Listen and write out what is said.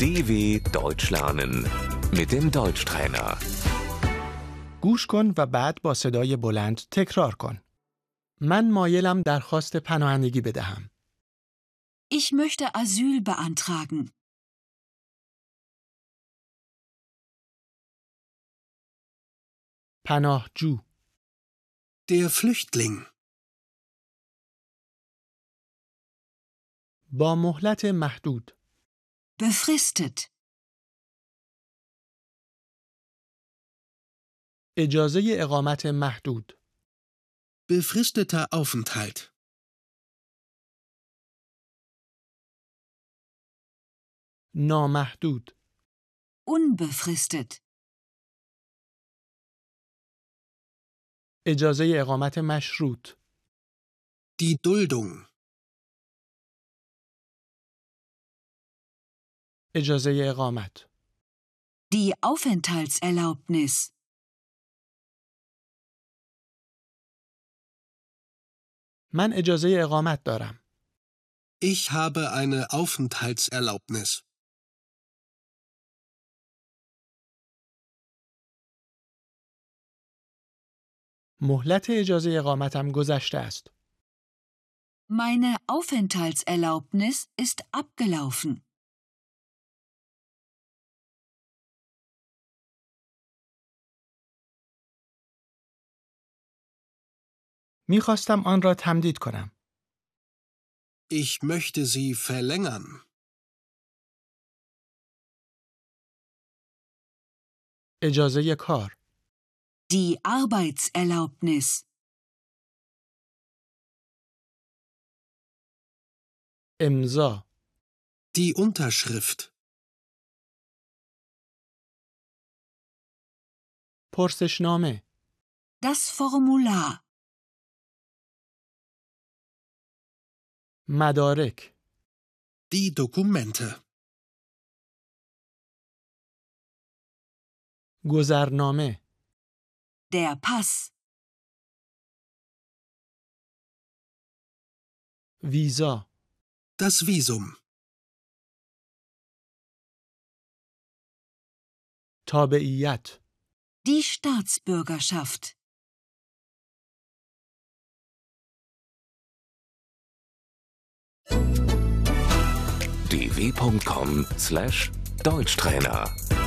DW Deutsch lernen mit dem Deutschtrainer. گوش کن و بعد با صدای بلند تکرار کن. من مایلم درخواست پناهندگی بدهم. Ich möchte Asyl beantragen. پناهجو، Der Flüchtling. با مهلت محدود، Befristet. اجازه اقامت محدود، Befristeter Aufenthalt. نامحدود، Unbefristet. اجازه اقامت مشروط، Die Duldung. اجازه اقامت، Die Aufenthaltserlaubnis. من اجازه اقامت دارم. Ich habe eine Aufenthaltserlaubnis. مهلت اجازه اقامتم گذشته است. Meine Aufenthaltserlaubnis ist abgelaufen. میخواستم آن را تمدید کنم. Ich möchte sie verlängern. اجازه کار، Die Arbeitserlaubnis. امضا، Die Unterschrift. پرسشنامه، Das Formular. مدارک، Die Dokumente. گذرنامه، Der Pass. ویزا، Das Visum. تابعیت، Die Staatsbürgerschaft. dw.com/deutschtrainer